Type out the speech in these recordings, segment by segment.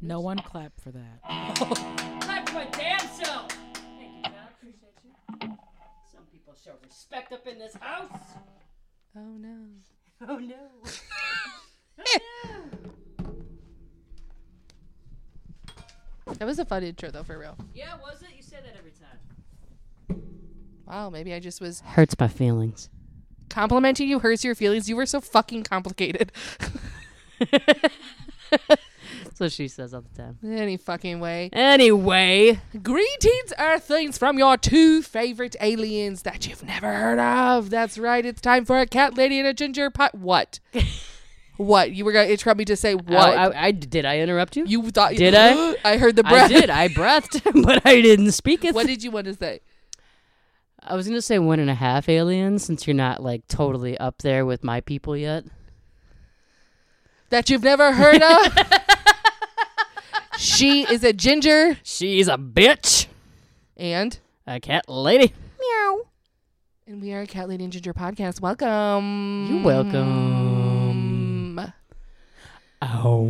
No one clapped for that. Clap for my damn self. Thank you, John. Appreciate you. Some people show respect up in this house. Oh no. Oh no. That was a fun intro though, for real. Yeah, was it? You say that every time. Wow, maybe I just was Hurts my feelings. complimenting you, hurts your feelings. You were so fucking complicated. That's what she says all the time. Any fucking way. Anyway, Greetings, Earthlings, from your two favorite aliens that you've never heard of. That's right. It's time for a cat lady and a ginger pot. What? what? You were gonna interrupt me to say what? Oh, I, I, I- did I interrupt you? you thought? Did I? I heard the breath. I did. I breathed, but I didn't speak it. What did you want to say? I was gonna say one and a half aliens, since you're not like totally up there with my people yet. That you've never heard of? she is a ginger She's a bitch, and a cat lady. meow. And we are a cat lady and ginger podcast. Welcome. Um, You're Mm. welcome. Oh,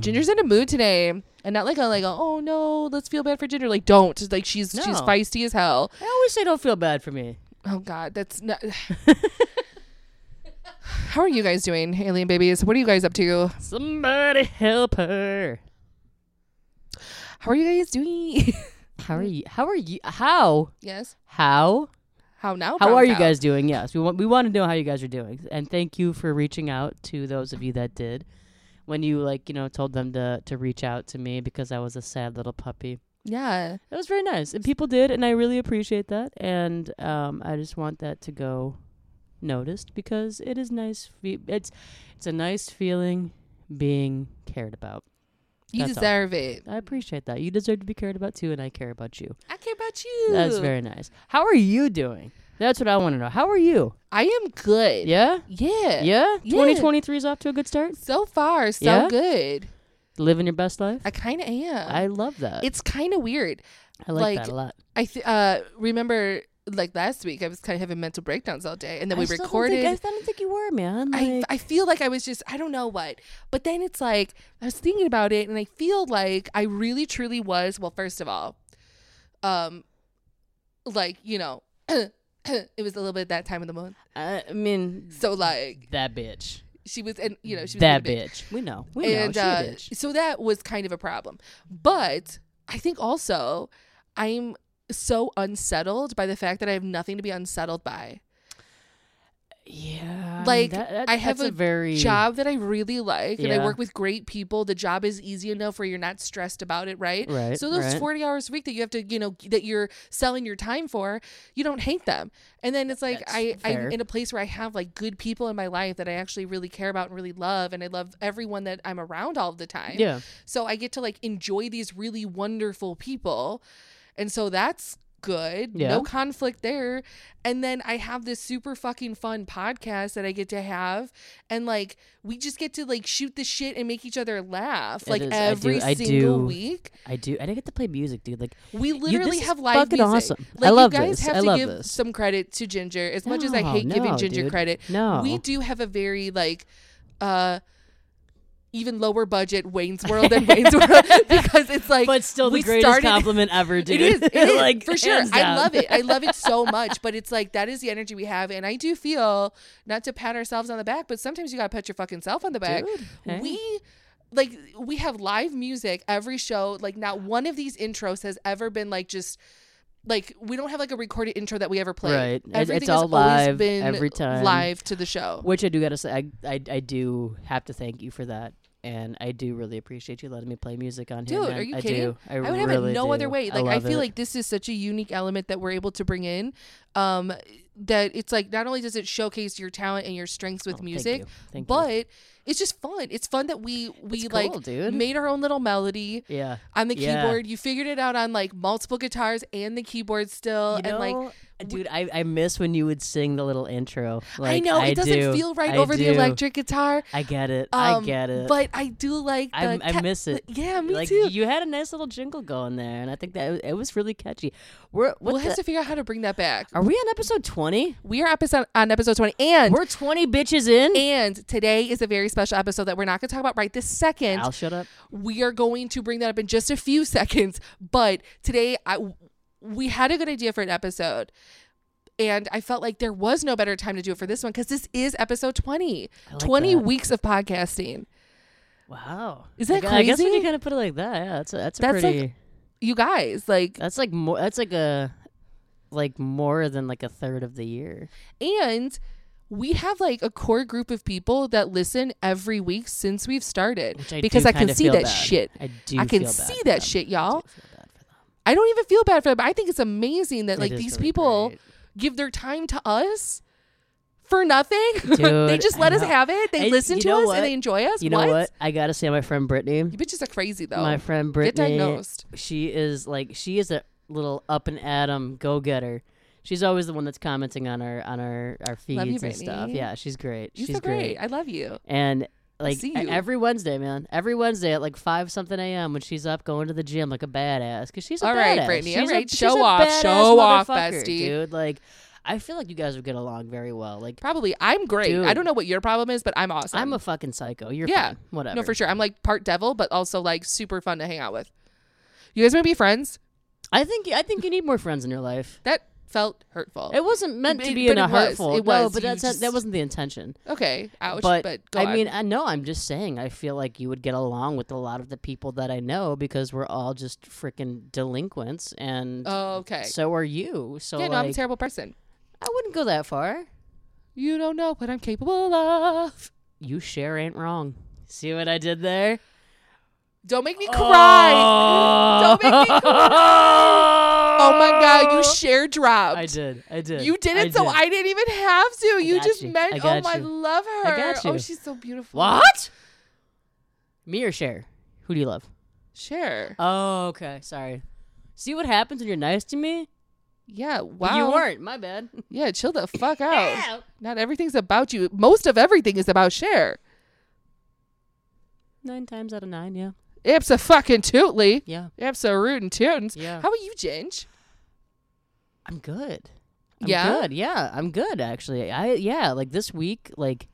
Ginger's in a mood today, and not like a like a, oh no, let's feel bad for Ginger. Like don't Just, like she's she's No. feisty as hell. I always say don't feel bad for me. Oh god, that's not. How are you guys doing, alien babies? What are you guys up to? Somebody help her. How are you guys doing? How are you? How are you? How? yes. How? How now? How brown are you cow? guys doing? Yes, we want we want to know how you guys are doing, and thank you for reaching out to those of you that did. When you like, you know, told them to to reach out to me because I was a sad little puppy. Yeah. That was very nice, and people did, and I really appreciate that. And um, I just want that to go noticed because it is nice. Fe- it's it's a nice feeling being cared about. You That's all. deserve it. I appreciate that. You deserve to be cared about too, and I care about you. I care about you. That's very nice. How are you doing? That's what I want to know. How are you? I am good. Yeah. Yeah. Yeah, Uh, Yeah. twenty twenty three is off to a good start. So far, so Yeah? good. Living your best life. I kind of am. I love that. it's kind of weird. I like, like, that a lot. I th- uh remember like last week I was kind of having mental breakdowns all day, and then we I still don't recorded. Think, I still don't think you were, man. Like, I, I feel like I was just I don't know what, but then it's like I was thinking about it, and I feel like I really truly was. Well, first of all, um, like you know, it was a little bit that time of the month, I, mean, so like that bitch. she was, and you know, she was That being a bitch. We know. We know. and She a uh, bitch. so that was kind of a problem. But I think also I'm so unsettled by the fact that I have nothing to be unsettled by. Yeah. mean, like, that- that- I have that's a very Job that I really like, and I Yeah. work with great people. The job is easy enough where you're not stressed about it, right? Right, So those right. 40 hours a week that you have to, you know, that you're selling your time for, you don't hate them. And then it's like That's I, I'm fair. in a place where I have like good people in my life that I actually really care about and really love, and I love everyone that I'm around all the time. Yeah. So I get to like enjoy these really wonderful people. And so that's good. Yeah. No conflict there. And then I have this super fucking fun podcast that I get to have. And like we just get to like shoot the shit and make each other laugh. It like is- I every do- I single do. week. I do. And I get to play music, dude. Like We you- literally this is have live fucking music. awesome. Like I love you guys this. have I to love give this. some credit to Ginger. As much as I No, hate giving no, Ginger dude. credit, No. we do have a very like uh even lower budget Wayne's World than Wayne's World because it's like but still the we greatest started- compliment ever, dude. It is, it is like for sure. hands I down. love it. I love it so much. But it's like that is the energy we have, and I do feel not to pat ourselves on the back, but sometimes you gotta pat your fucking self on the back. Dude, hey. We like we have live music every show. Like not one of these intros has ever been like just like we don't have like a recorded intro that we ever play. Right. It- Everything it's has all always live, been every time. live to the show. Which I do gotta say, I, I I do have to thank you for that, and I do really appreciate you letting me play music on here. Dude, man. are you I kidding? Do. I, I would have really it no do. other way. Like I, love feel it. like this is such a unique element that we're able to bring in. Um, that it's like not only does it showcase your talent and your strengths with Oh, thank music, you. Thank you. but it's just fun. It's fun that we we It's like cool, dude. made our own little melody yeah, on the Yeah. keyboard. You figured it out on like multiple guitars and the keyboard still, You and like know, dude, I, I miss when you would sing the little intro. Like, I know it doesn't do. feel right I over the do. electric guitar. I get it. I um, get it. But I do like the I, I ca- miss it. Yeah, me like too. you had a nice little jingle going there, and I think that it, it was really catchy. We're what we'll the, have to figure out how to bring that back. are we on episode 20 20? We are episode on episode 20 and We're 20 bitches in? and today is a very special episode that we're not going to talk about right this second. I'll shut up. we are going to bring that up in just a few seconds, but today I we had a good idea for an episode. And I felt like there was no better time to do it for this one because this is episode 20. like 20 that. weeks of podcasting. Wow. Is I that gu- I guess when you crazy? kind of put it like that, yeah, that's a, that's a That's like- pretty. You guys, like, that's like more. That's like a like more than like a third of the year. and we have like a core group of people that listen every week since we've started Which I because do I can kinda see feel that bad. shit. I do. I can feel bad see for them. that shit, I y'all. do feel bad for them. I don't even feel bad for them. I think it's amazing that It like is these really people great. give their time to us for nothing. they Dude, just I let us know. have it. They And listen you to know us what? and they enjoy us. You know what? I gotta say, my friend Brittany. You bitches are crazy though. My friend Oh, Get Brittany. diagnosed. She is like she is a little up and at 'em go getter. She's always the one that's commenting on our on our our feeds Love you, and stuff. Brittany. Yeah, she's great. You're she's so great. I love you. And like see e- you. every Wednesday, man, every Wednesday at like five something a.m. when she's up going to the gym like a badass because she's a All right, badass. Brittany. She's All a- right. she's Show a off. badass Show off, motherfucker, bestie. dude. Like, I feel like you guys would get along very well. Like, Probably. I'm great. Dude. I don't know what your problem is, but I'm awesome. I'm a fucking psycho. You're Yeah. fine. whatever. no for sure. I'm like part devil, but also like super fun to hang out with. You guys want to be friends? I think I think you need more friends in your life. That felt hurtful. It wasn't meant But- to be in but a it was. hurtful. It no, was. but You that's just- that wasn't the intention. okay. Ouch. But, but go I on. mean, I know. I'm just saying. I feel like you would get along with a lot of the people that I know because we're all just freaking delinquents, and oh, okay. so are you. So yeah, no, I'm a like, terrible person. I wouldn't go that far. You don't know what I'm capable of. You share ain't wrong. See what I did there? Don't Oh. make me cry. Don't make me cry. Oh my god, you share dropped. I did. I did. You did it, so I didn't even have to. you got just you. meant. I oh, got my, I you. love her. got Oh, you. she's so beautiful. What? Me or share? Who do you love? Sure. Oh, okay. Sorry. See what happens when you're nice to me? Yeah. Wow. But You weren't. My bad. Yeah. Chill the fuck out. Yeah. Not everything's about you. Most of everything is about share. Nine times out of nine, yeah. Ipsa fucking tootly. Yeah. Ipsa rootin' tootins. Yeah. How are you, Ginge? I'm good. I'm Yeah? good. Yeah. I'm good actually. I yeah, like this week, like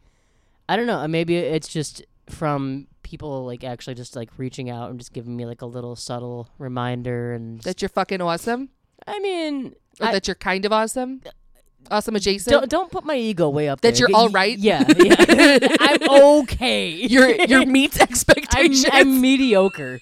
I don't know, maybe it's just from people like actually just like reaching out and just giving me like a little subtle reminder and That you're fucking awesome, I mean or I- that you're kind of awesome, awesome adjacent. don't don't put my ego way up That there. you're Y- all y- right? Yeah. yeah. I'm okay. your your meets I'm, expectations. I'm mediocre.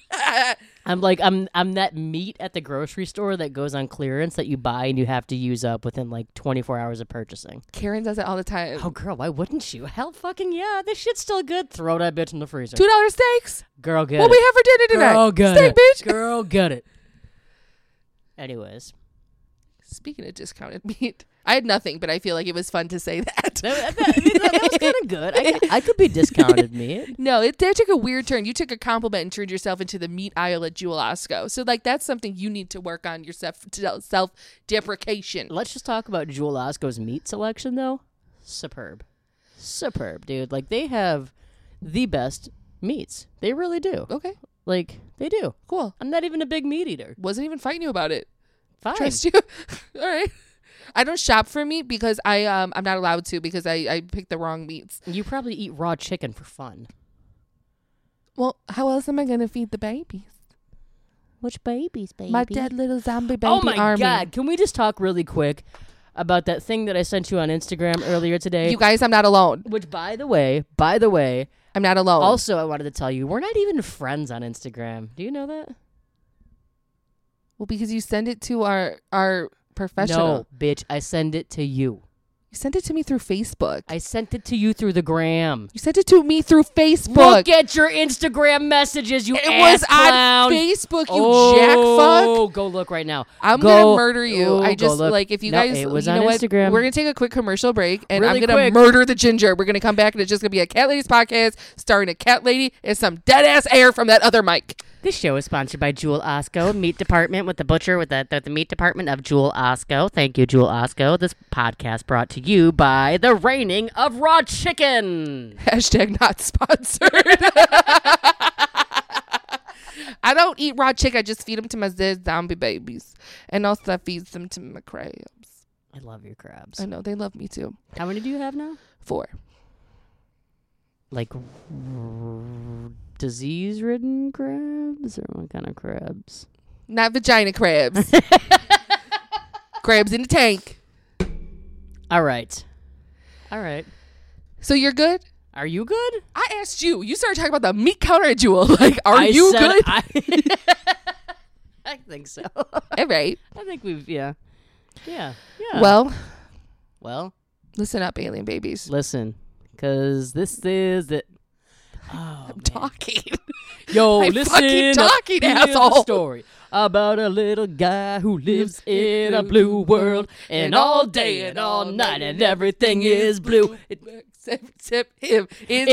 I'm like I'm I'm that meat at the grocery store that goes on clearance that you buy and you have to use up within like 24 hours of purchasing. Karen does it all the time. Oh girl, why wouldn't you? Hell fucking yeah, this shit's still good. Throw that bitch in the freezer. Two dollar steaks. Girl, get it. What we have for dinner tonight? girl, get Steak, it. bitch. Girl, get it. Anyways, Speaking of discounted meat, I had nothing, but I feel like it was fun to say that. that, that- that- that was kind of good. I, I could be discounted meat. No, it that took a weird turn. You took a compliment and turned yourself into the meat aisle at Jewel Osco. So like that's something you need to work on yourself self deprecation. Let's just talk about Jewel Osco's meat selection, though. Superb. Superb, dude. Like, they have the best meats. They really do. Okay, Like, they do. cool. I'm not even a big meat eater. Wasn't even fighting you about it. Fine. Trust you. All right. I don't shop for meat because I um I'm not allowed to because I I picked the wrong meats. you probably eat raw chicken for fun. Well, how else am I gonna feed the babies? Which babies, baby? My dead little zombie baby oh my army. god! Can we just talk really quick about that thing that I sent you on Instagram earlier today? You guys, I'm not alone. which, by the way, by the way, I'm not alone. also I wanted to tell you we're not even friends on Instagram. Do you know that? Well, because you send it to our our professional. No, bitch. I send it to you. You sent it to me through Facebook. I sent it to you through the gram. you sent it to me through Facebook. Look at your Instagram messages, you it ass was clown. on Facebook, you jack fuck. oh, go look right now. I'm Go- gonna murder you. oh, I go just look. like if you No, guys. It was you on know what? Instagram. We're gonna take a quick commercial break, and Really I'm gonna quick. murder the ginger. We're gonna come back, and it's just gonna be a cat ladies podcast starring a cat lady and some dead ass air from that other mic. This show is sponsored by Jewel Osco Meat Department with the butcher with the, the, the meat department of Jewel Osco. Thank you, Jewel Osco. This podcast brought to you by the reigning of raw chicken. Hashtag not sponsored. I don't eat raw chicken. I just feed them to my dead zombie babies, and also I feed them to my crabs. I love your crabs. I know they love me too. How many do you have now? Four. Like r- disease-ridden crabs, or what kind of crabs? Not vagina crabs. crabs in the tank. All right, all right. So you're good? Are you good? I asked you. You started talking about the meat counter at Jewel. Like, are I you said good? I, I think so. I All right. think we've yeah, yeah, yeah. Well, well, listen up, alien babies. listen, because this is it. Oh, man. Talking. Oh, Yo, I'm listen fucking up. talking, Here's asshole. A story about a little guy who lives in a blue world, and all day and all night, and everything is blue. It- Except, except him. Inside,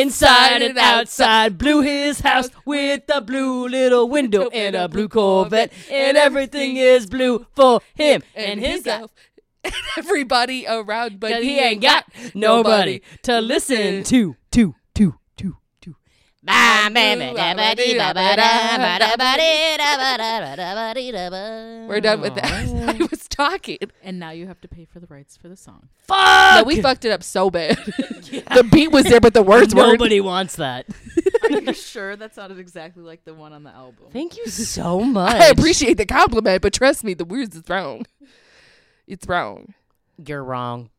Inside and outside, blew his house with a blue little window and a blue Corvette, and everything is blue for him and his guy. and everybody around, but Cause he ain't got nobody to listen to, to, to, to, to. We're done with that. I was talking. And now you have to pay for the rights for the song. No, we fucked it up so bad. The beat was there, but the words weren't. Nobody wants that. Are you sure that sounded exactly like the one on the album? Thank you so much. I appreciate the compliment, but trust me, the words is wrong. It's wrong. You're wrong.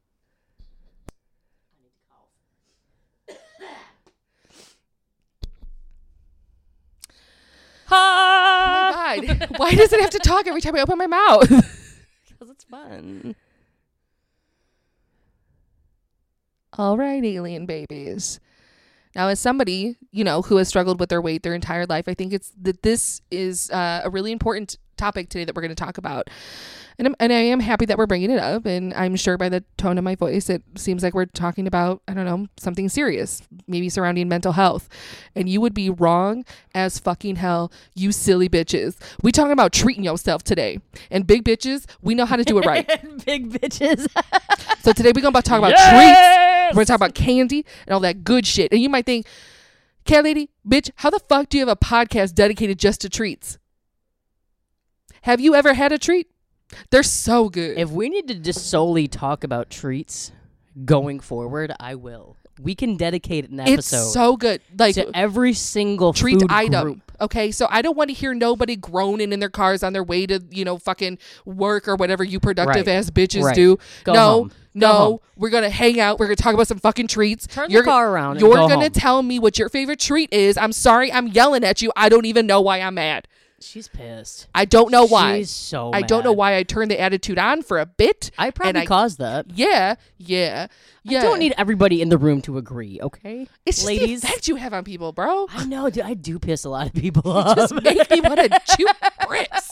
Because Oh my God. Why does it have to talk every time I open my mouth? it's fun. All right, alien babies. Now, as somebody you know who has struggled with their weight their entire life, I think it's that this is uh, a really important topic today that we're going to talk about, and I'm, and I am happy that we're bringing it up. And I'm sure by the tone of my voice, it seems like we're talking about I don't know something serious, maybe surrounding mental health. And you would be wrong as fucking hell, you silly bitches. We talking about treating yourself today, and big bitches, we know how to do it right. Big bitches. so today we're gonna talk about treats. We're gonna talk about candy and all that good shit. And you might think, Cat Lady, bitch, how the fuck do you have a podcast dedicated just to treats? Have you ever had a treat? They're so good. If we need to just solely talk about treats going forward, I will. We can dedicate an it's episode so good. Like to every single treat food item. group. Okay, so I don't want to hear nobody groaning in their cars on their way to, you know, fucking work or whatever you productive Right. ass bitches Right. do. Go no, home. Go no, home. we're gonna hang out. We're gonna talk about some fucking treats. Turn the you're, car around and You're go gonna home. tell me what your favorite treat is. I'm sorry, I'm yelling at you. I don't even know why I'm mad. She's pissed. I don't know why. She's so. I don't know mad. why I turned the attitude on for a bit. I and probably I- caused that. Yeah, yeah, yeah. I don't need everybody in the room to agree, okay? It's just ladies. the effect you have on people, bro. I know, dude. I do piss a lot of people off. Just make me want to chew bricks.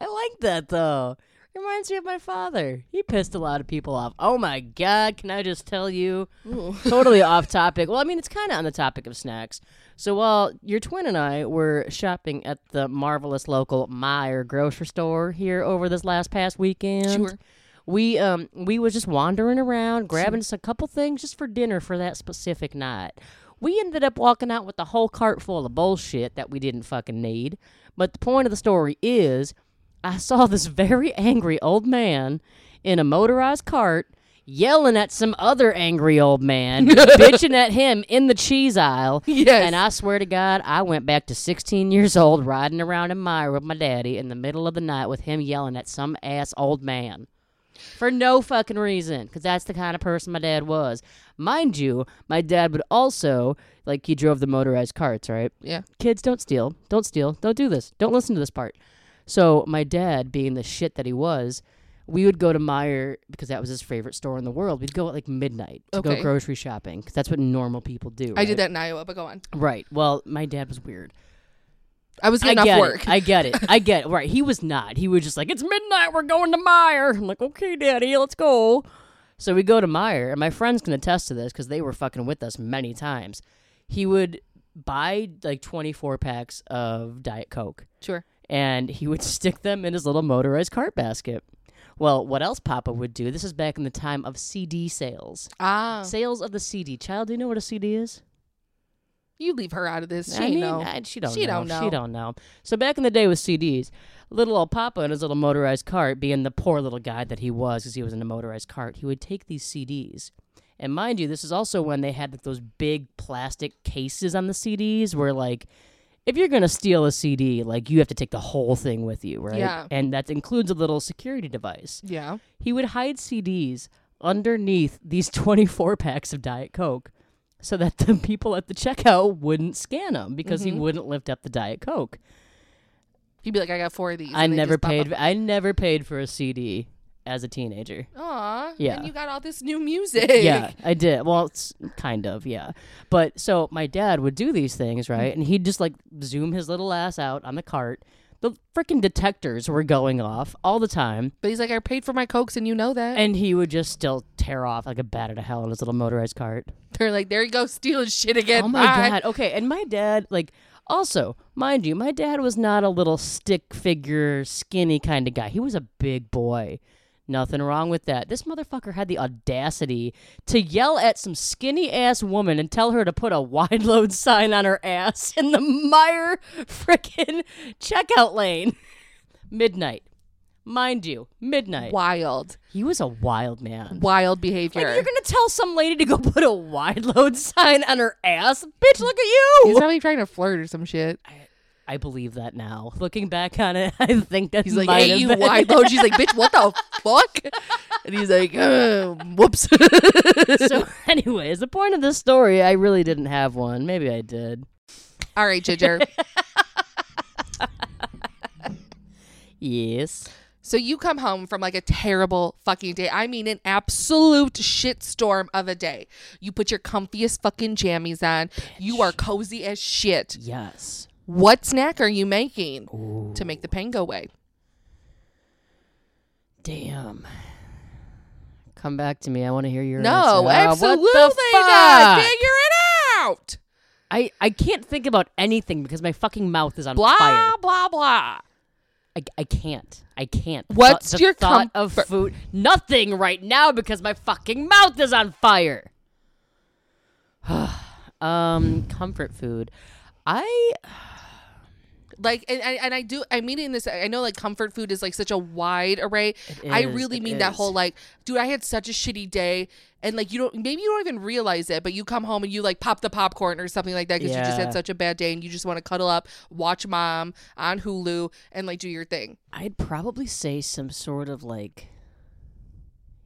I like that though. Reminds me of my father. He pissed a lot of people off. Oh my god, can I just tell you? totally off topic. Well, I mean, it's kind of on the topic of snacks. So while your twin and I were shopping at the marvelous local Meyer grocery store here over this last past weekend, Sure. we um we was just wandering around, grabbing just a couple things just for dinner for that specific night. We ended up walking out with a whole cart full of bullshit that we didn't fucking need. But the point of the story is, I saw this very angry old man in a motorized cart yelling at some other angry old man, bitching at him in the cheese aisle. Yes. And I swear to God, I went back to 16 years old riding around in Meyer with my daddy in the middle of the night with him yelling at some ass old man. For no fucking reason, because that's the kind of person my dad was. Mind you, my dad would also, like, he drove the motorized carts, right? Yeah. kids don't steal don't steal don't do this don't listen to this part so my dad being the shit that he was we would go to meyer because that was his favorite store in the world we'd go at like midnight to Okay. go grocery shopping because that's what normal people do I did right? that in Iowa, but go on. right well my dad was weird I was getting I off get work. It. I get it. I get it. Right. He was not. He was just like, it's midnight. We're going to Meyer. I'm like, okay, daddy, let's go. So we go to Meyer, and my friends can attest to this because they were fucking with us many times. He would buy like 24 packs of Diet Coke sure. and he would stick them in his little motorized cart basket. Well, what else Papa would do? This is back in the time of CD sales. Ah. Sales of the CD. Child, do you know what a CD is? You leave her out of this. She I mean, know. I- she don't. She know. don't know. She don't know. So back in the day with CDs, little old Papa in his little motorized cart, being the poor little guy that he was, because he was in a motorized cart, he would take these CDs. And mind you, this is also when they had like, those big plastic cases on the CDs, where like, if you're gonna steal a CD, like you have to take the whole thing with you, right? Yeah. And that includes a little security device. yeah. He would hide CDs underneath these 24 packs of Diet Coke so that the people at the checkout wouldn't scan them because he wouldn't lift up the Diet Coke. He'd be like, I got four of these. I never paid I never paid for a CD as a teenager. Aw. Yeah. And you got all this new music. Yeah, I did. Well, it's kind of, yeah. But so my dad would do these things, right? And he'd just like zoom his little ass out on the cart. The freaking detectors were going off all the time. But he's like, I paid for my Cokes and you know that. And he would just still tear off like a bat out of hell in his little motorized cart. they're like, there you go, stealing shit again. Ah, Oh my Bye." god. Okay, and my dad like also, mind you, my dad was not a little stick figure, skinny kind of guy. He was a big boy. Nothing wrong with that. This motherfucker had the audacity to yell at some skinny ass woman and tell her to put a wide load sign on her ass in the mire frickin' checkout lane. Midnight. Mind you, midnight. Wild, He was a wild man. wild Like, behavior. you're gonna tell some lady to go put a wide load sign on her ass, bitch. Look at you. he's probably trying to flirt or some shit. I believe that now. Looking back on it, I think that He's like, might hey, have you been- wide load. She's like, bitch, what the fuck? And he's like, "Uh, whoops. So, anyways, the point of this story, I really didn't have one. Maybe I did. all right, Ginger. Yes. So you come home from like a terrible fucking day. I mean, an absolute shitstorm of a day. You put your comfiest fucking jammies on. You are cozy as shit. Yes. What snack are you making to make the pain go away? Damn. Come back to me. I want to hear your answer. No, Ah, absolutely what the not. fuck? Figure it out. I I can't think about anything because my fucking mouth is on Blah fire. blah blah. I, I can't. I can't. The What's thought- the your thought of comfort- food? Nothing right now because my fucking mouth is on fire. um, comfort food. I Like and, and and I do I mean in this I know like comfort food is like such a wide array. I is, really it mean that is. whole like dude I had such a shitty day and like you don't maybe you don't even realize it but you come home and you like pop the popcorn or something like that cuz you just Yeah. had such a bad day and you just want to cuddle up, watch mom on Hulu and like do your thing. I'd probably say some sort of like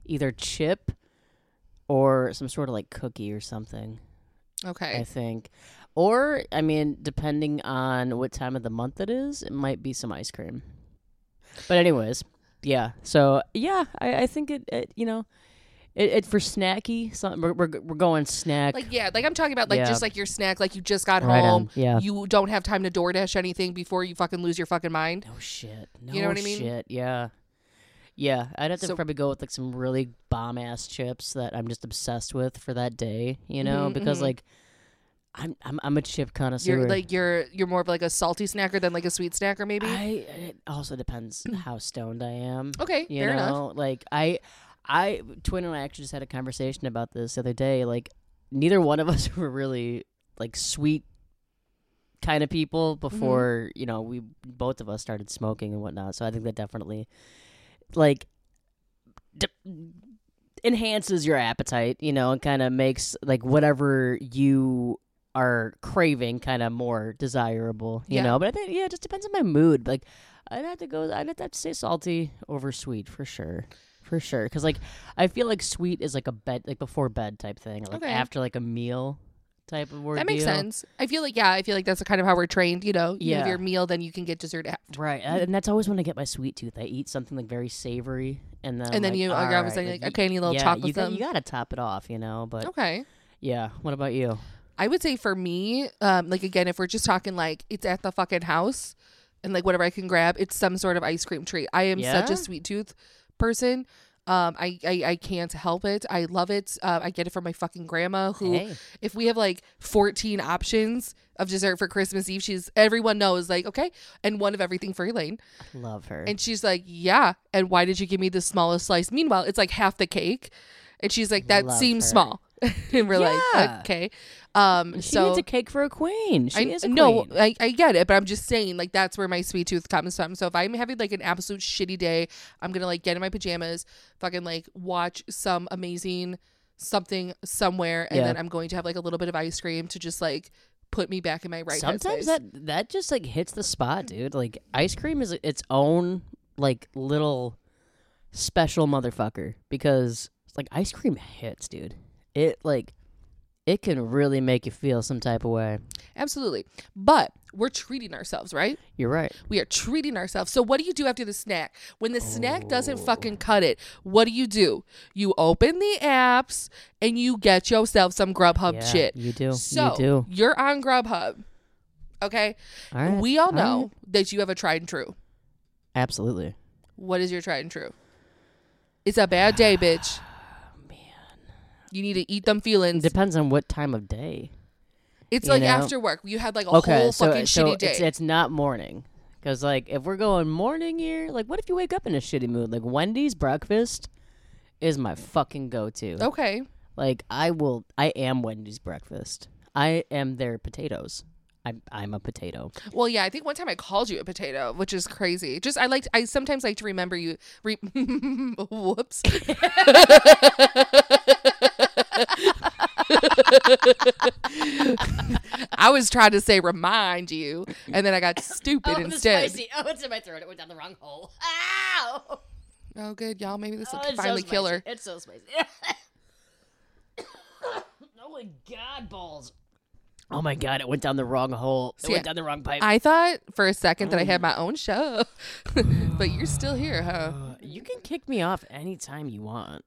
either chip or some sort of like cookie or something. I Okay. think. Or I mean, depending on what time of the month it is, it might be some ice cream. But anyways, yeah. So yeah, I, I think it, it. You know, it, it for snacky. Some, we're, we're we're going snack. Like yeah, like I'm talking about like Yeah. just like your snack like you just got Right on, home. yeah. You don't have time to DoorDash anything before you fucking lose your fucking mind. no shit. No You know what I mean? shit. Yeah. Yeah, I'd have to So- probably go with like some really bomb ass chips that I'm just obsessed with for that day, you know, because like I'm, I'm I'm a chip connoisseur. Mm-hmm, You're like you're you're more of like a salty snacker than like a sweet snacker maybe. I it also depends how stoned I am. okay, you fair know enough. like i i twin and i actually just had a conversation about this the other day like neither one of us were really like sweet kind of people Mm-hmm. before you know we both of us started smoking and whatnot so i think that definitely like d- enhances your appetite you know and kind of makes like whatever you are craving kind of more desirable you Yeah. know but i think yeah it just depends on my mood like I'd have to go. I'd have to say salty over sweet for sure, for sure. Because like I feel like sweet is like a bed, like before bed type thing, like Okay. after like a meal type of word. That makes sense. I feel like yeah, I feel like that's kind of how we're trained. You know, you have Yeah. your meal, then you can get dessert after. Right, uh, and that's always when I get my sweet tooth. I eat something like very savory, and then And then like, you- all like, I was right, saying, like, y- okay, I need a little yeah, chocolate You, got- you something. Oh. gotta top it off, you know. But Okay, yeah, what about you? I would say for me, um, like again, if we're just talking like it's at the fucking house, and like whatever I can grab, it's some sort of ice cream treat. I am such Yeah? a sweet tooth person. Um, I, I I can't help it. I love it. Uh, I get it from my fucking grandma. Who, Hey. if we have like fourteen options of dessert for Christmas Eve, she's everyone knows like okay, and one of everything for Elaine. Love her. And she's like, Yeah. And why did you give me the smallest slice? Meanwhile, it's like half the cake. And she's like, That Love seems her. small. and we're Yeah. like, Okay. Um, She so needs a cake for a queen. She is a no, queen. I, I get it, but I'm just saying, like that's where my sweet tooth comes from. So if I'm having like an absolute shitty day, I'm gonna like get in my pajamas, fucking like watch some amazing something somewhere, and Yeah. then I'm going to have like a little bit of ice cream to just like put me back in my right. Sometimes headspace. that that just like hits the spot, dude. Like ice cream is its own like little special motherfucker because like ice cream hits, dude. It like it can really make you feel some type of way. absolutely, but we're treating ourselves, right? You're right. We are treating ourselves. So what do you do after the snack? When the snack doesn't Oh. fucking cut it, what do you do? You open the apps and you get yourself some Grubhub Yeah, shit. You do. So you do. you're on Grubhub. Okay. All right. We all right. know that you have a tried and true. Absolutely. What is your tried and true? It's a bad day, bitch. Man. You need to eat them feelings. Depends on what time of day. It's you like know. after work. You had like a Okay, whole so, fucking so shitty day. It's, it's not morning. Because, like, if we're going morning here, like, what if you wake up in a shitty mood? Like, Wendy's breakfast is my fucking go to. okay. Like, I will, I am Wendy's breakfast. I am their potatoes. I'm, I'm a potato. Well, yeah, I think one time I called you a potato, which is crazy. Just I like I sometimes like to remember you. Re- whoops. I was trying to say remind you, and then I got stupid instead. Oh, it's in my throat. It went down the wrong hole. Ow! Oh, good y'all. Maybe this will finally kill her. It's so spicy. oh my god, balls. Oh my god, it went down the wrong hole. It See, went down the wrong pipe. I thought for a second that I had my own show, but you're still here, huh? you can kick me off anytime you want.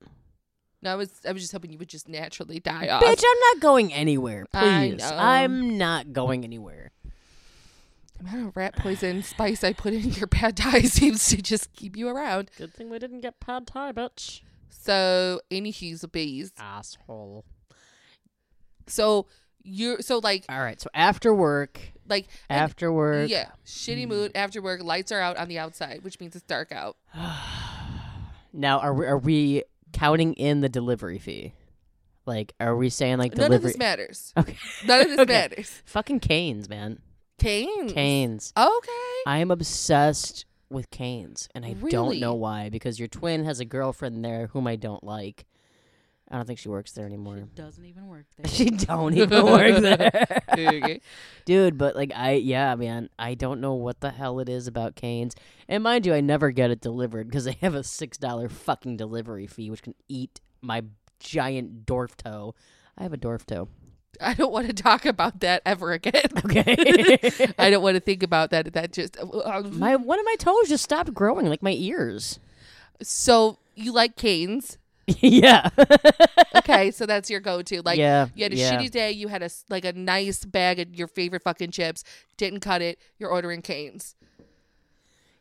No, I was I was just hoping you would just naturally die off. Bitch, I'm not going anywhere. I Please. know. I'm not going anywhere. amount of rat poison spice I put in your bad dye seems to just keep you around. Good thing we didn't get pad thai, bitch. So any hues of bees. Asshole. So you're so like All right, so after work, like and- after work. yeah, shitty mood after work. Lights are out on the outside, which means it's dark out. Now, are we, are we counting in the delivery fee? Like, are we saying like None of delivery? this matters. okay. None of this Okay. matters. Fucking canes, man. Canes. Canes. Okay. I am obsessed with canes, and I don't know Really? why. Because your twin has a girlfriend there whom I don't like. I don't think she works there anymore. Doesn't even work there. She don't even work there, okay. dude. But like, I yeah, man, I don't know what the hell it is about canes. And mind you, I never get it delivered because they have a six dollar fucking delivery fee, which can eat my giant dwarf toe. I have a dwarf toe. I don't want to talk about that ever again. Okay. I don't want to think about that. That just uh, my one of my toes just stopped growing, like my ears. so you like canes. yeah. Okay, so that's your go-to. Like yeah. You had a yeah. shitty day. You had a s- like a nice bag of your favorite fucking chips. Didn't cut it. You're ordering canes.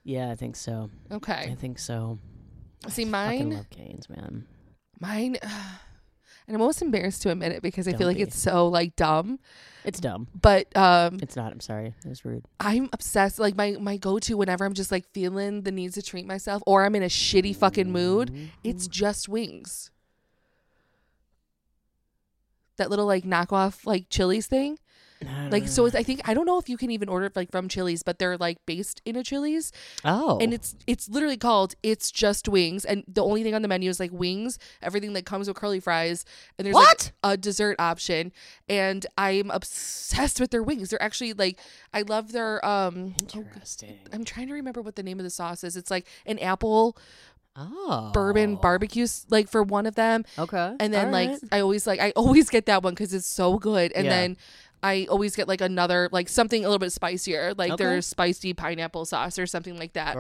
Yeah, I think so. I Okay. think so. See Fucking mine. love canes, man. Mine. And I'm almost embarrassed to admit it because I Don't feel like be. it's so like dumb. It's dumb. But um, It's not. I'm sorry. It was rude. I'm obsessed. Like my my go-to whenever I'm just like feeling the need to treat myself or I'm in a shitty fucking Mm-hmm. mood, it's just wings. That little like knockoff like Chili's thing. Like so, it's, I think I don't know if you can even order it like from Chili's, but they're like based in a Chili's. oh, and it's it's literally called it's just wings and the only thing on the menu is like wings everything that comes with curly fries and there's What? like a dessert option and i'm obsessed with their wings they're actually like i love their um oh, interesting. i'm trying to remember what the name of the sauce is it's like an apple Oh, bourbon barbecue s- like for one of them Okay, and then All like right. i always like i always get that one because it's so good and Yeah. then i always get like another like something a little bit spicier like Okay. their spicy pineapple sauce or something like that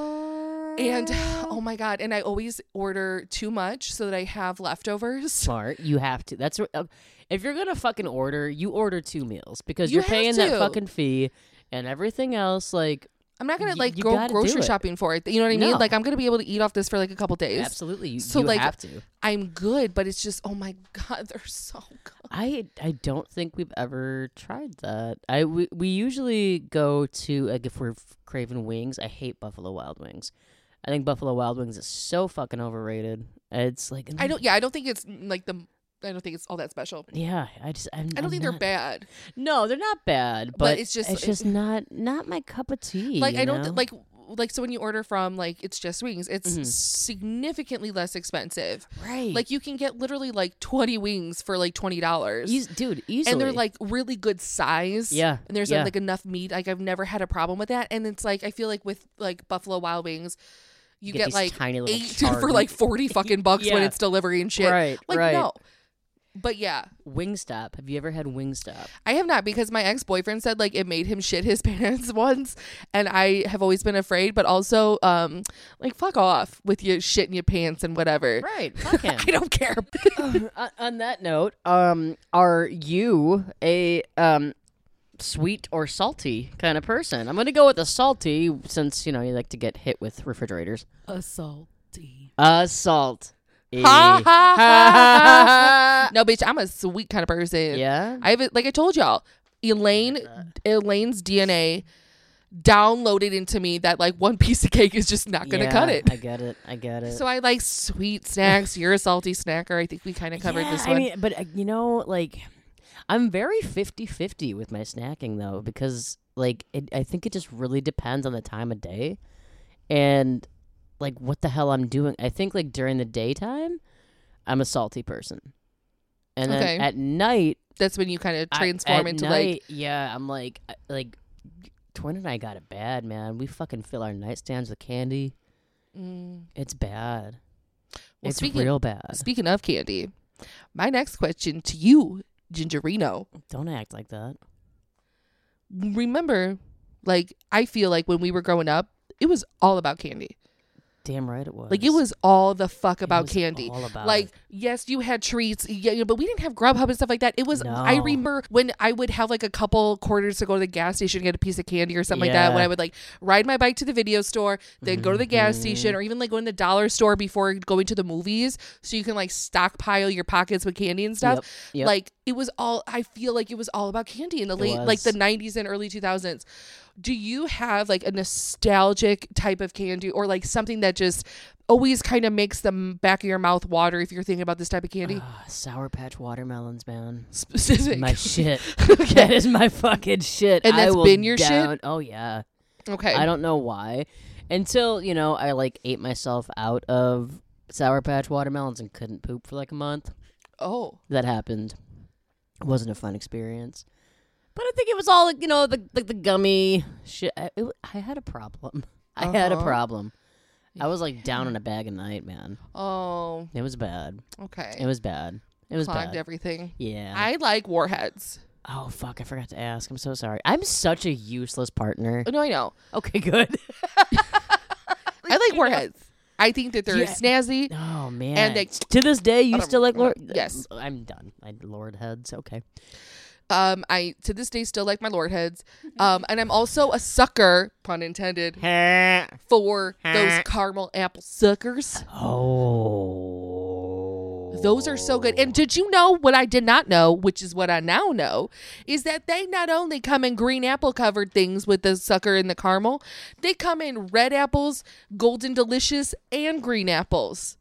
Girl. and oh my god, and I always order too much so that I have leftovers. smart. You have to. That's what- uh, if you're gonna fucking order, you order two meals because You are have paying that to. fucking fee and everything else. Like, I'm not gonna You- like you go gotta do grocery it. shopping for it. You know what I mean? No. Like I'm gonna be able to eat off this for like a couple days. absolutely, you, so, you like, have to. I'm good, but it's just oh my god, they're so good. I I don't think we've ever tried that. I we, we usually go to like if we're f- craving wings. I hate Buffalo Wild Wings. I think Buffalo Wild Wings is so fucking overrated. It's like I don't. Yeah, I don't think it's mm, like the. I don't think it's all that special. Yeah, I just I'm, I don't I'm think not- they're bad. No, they're not bad, but, it's just it's just not not my cup of tea. Like you I don't know? th- like like so when you order from like it's just wings, it's Mhm. significantly less expensive. right. Like you can get literally like 20 wings for like $20. Eas- dude, easily. and they're like really good size. Yeah, And there's uh, yeah. like enough meat. Like I've never had a problem with that. And it's like I feel like with like Buffalo Wild Wings, you Get get, these like tiny little eight charred- for like forty fucking bucks when Yeah. it's delivery and shit. Right, Like right. no. But yeah, Wingstop. Have you ever had Wingstop? I have not because my ex boyfriend said like it made him shit his pants once, and I have always been afraid. But also, um, like fuck off with your shit in your pants and whatever. Right. Fuck him. I don't care. on, on that note, um, are you a um sweet or salty kind of person? I'm gonna go with the salty since you know you like to get hit with refrigerators. Assaulty. Uh, salt. Eh. ha, ha, ha, ha. No, bitch, I'm a sweet kind of person. yeah. I have like I told y'all, Elaine Elaine's DNA downloaded into me that like one piece of cake is just not gonna Yeah, cut it. I get it. I get it. So I like sweet snacks. You're a salty snacker. I think we kind of covered Yeah, this one. I mean, but uh, you know, like, I'm very 50 50 with my snacking, though, because, like, it, I think it just really depends on the time of day and, like, what the hell I'm doing. I think, like, during the daytime, I'm a salty person. And then Okay. at night, That's when you kind of I- transform at into like night, yeah, I'm like, I- like, Twin and I got it bad, man. We fucking fill our nightstands with candy. mm. It's bad. Well, it's speaking- real bad. Speaking of candy, my next question to you, Gingerino. Don't act like that. Remember, like I feel like when we were growing up, it was all about candy. Damn right it was. Like it was all the fuck It about was candy. all about like it. yes you had treats yeah, yeah, but we didn't have grubhub and stuff like that it was i No. remember when i would have like a couple quarters to go to the gas station and get a piece of candy or something like that when Yeah. Mm-hmm. i would like ride my bike to the video store then go to the gas station or even like go in the dollar store before going to the movies so you can like stockpile your pockets with candy and stuff Yep, yep. like it was all i feel like it was all about candy in the late like was. the 90s and early 2000s do you have like a nostalgic type of candy or like something that just always kind of makes the m- back of your mouth water if you're thinking about this type of candy Ah, Sour Patch watermelons, man. specific My shit. That okay is my fucking shit. And that's that's been your shit? Oh yeah. okay I don't know why. Until you know, I like ate myself out of Sour Patch watermelons and couldn't poop for like a month. oh That happened. It wasn't a fun experience. But I think it was all like, you know the like the gummy shit. I, it, I had a problem. I had a Uh-huh. problem. I was like down on a bag a night, man. oh It was bad. okay It was bad. It was clogged bad. everything yeah. i like warheads Oh fuck, I forgot to ask. I'm so sorry. I'm such a useless partner. no i know Okay, good. i like warheads i think that they're Yeah. snazzy Oh man. And they- to this day you Um, still like Lord Uh, yes. I'm done. I Lord heads. Okay. Um, I to this day still like my lord heads. Um, and I'm also a sucker, pun intended, for those caramel apple suckers. Oh Those are so good. And did you know what I did not know, which is what I now know, is that they not only come in green apple covered things with the sucker and the caramel, they come in red apples, golden delicious, and green apples.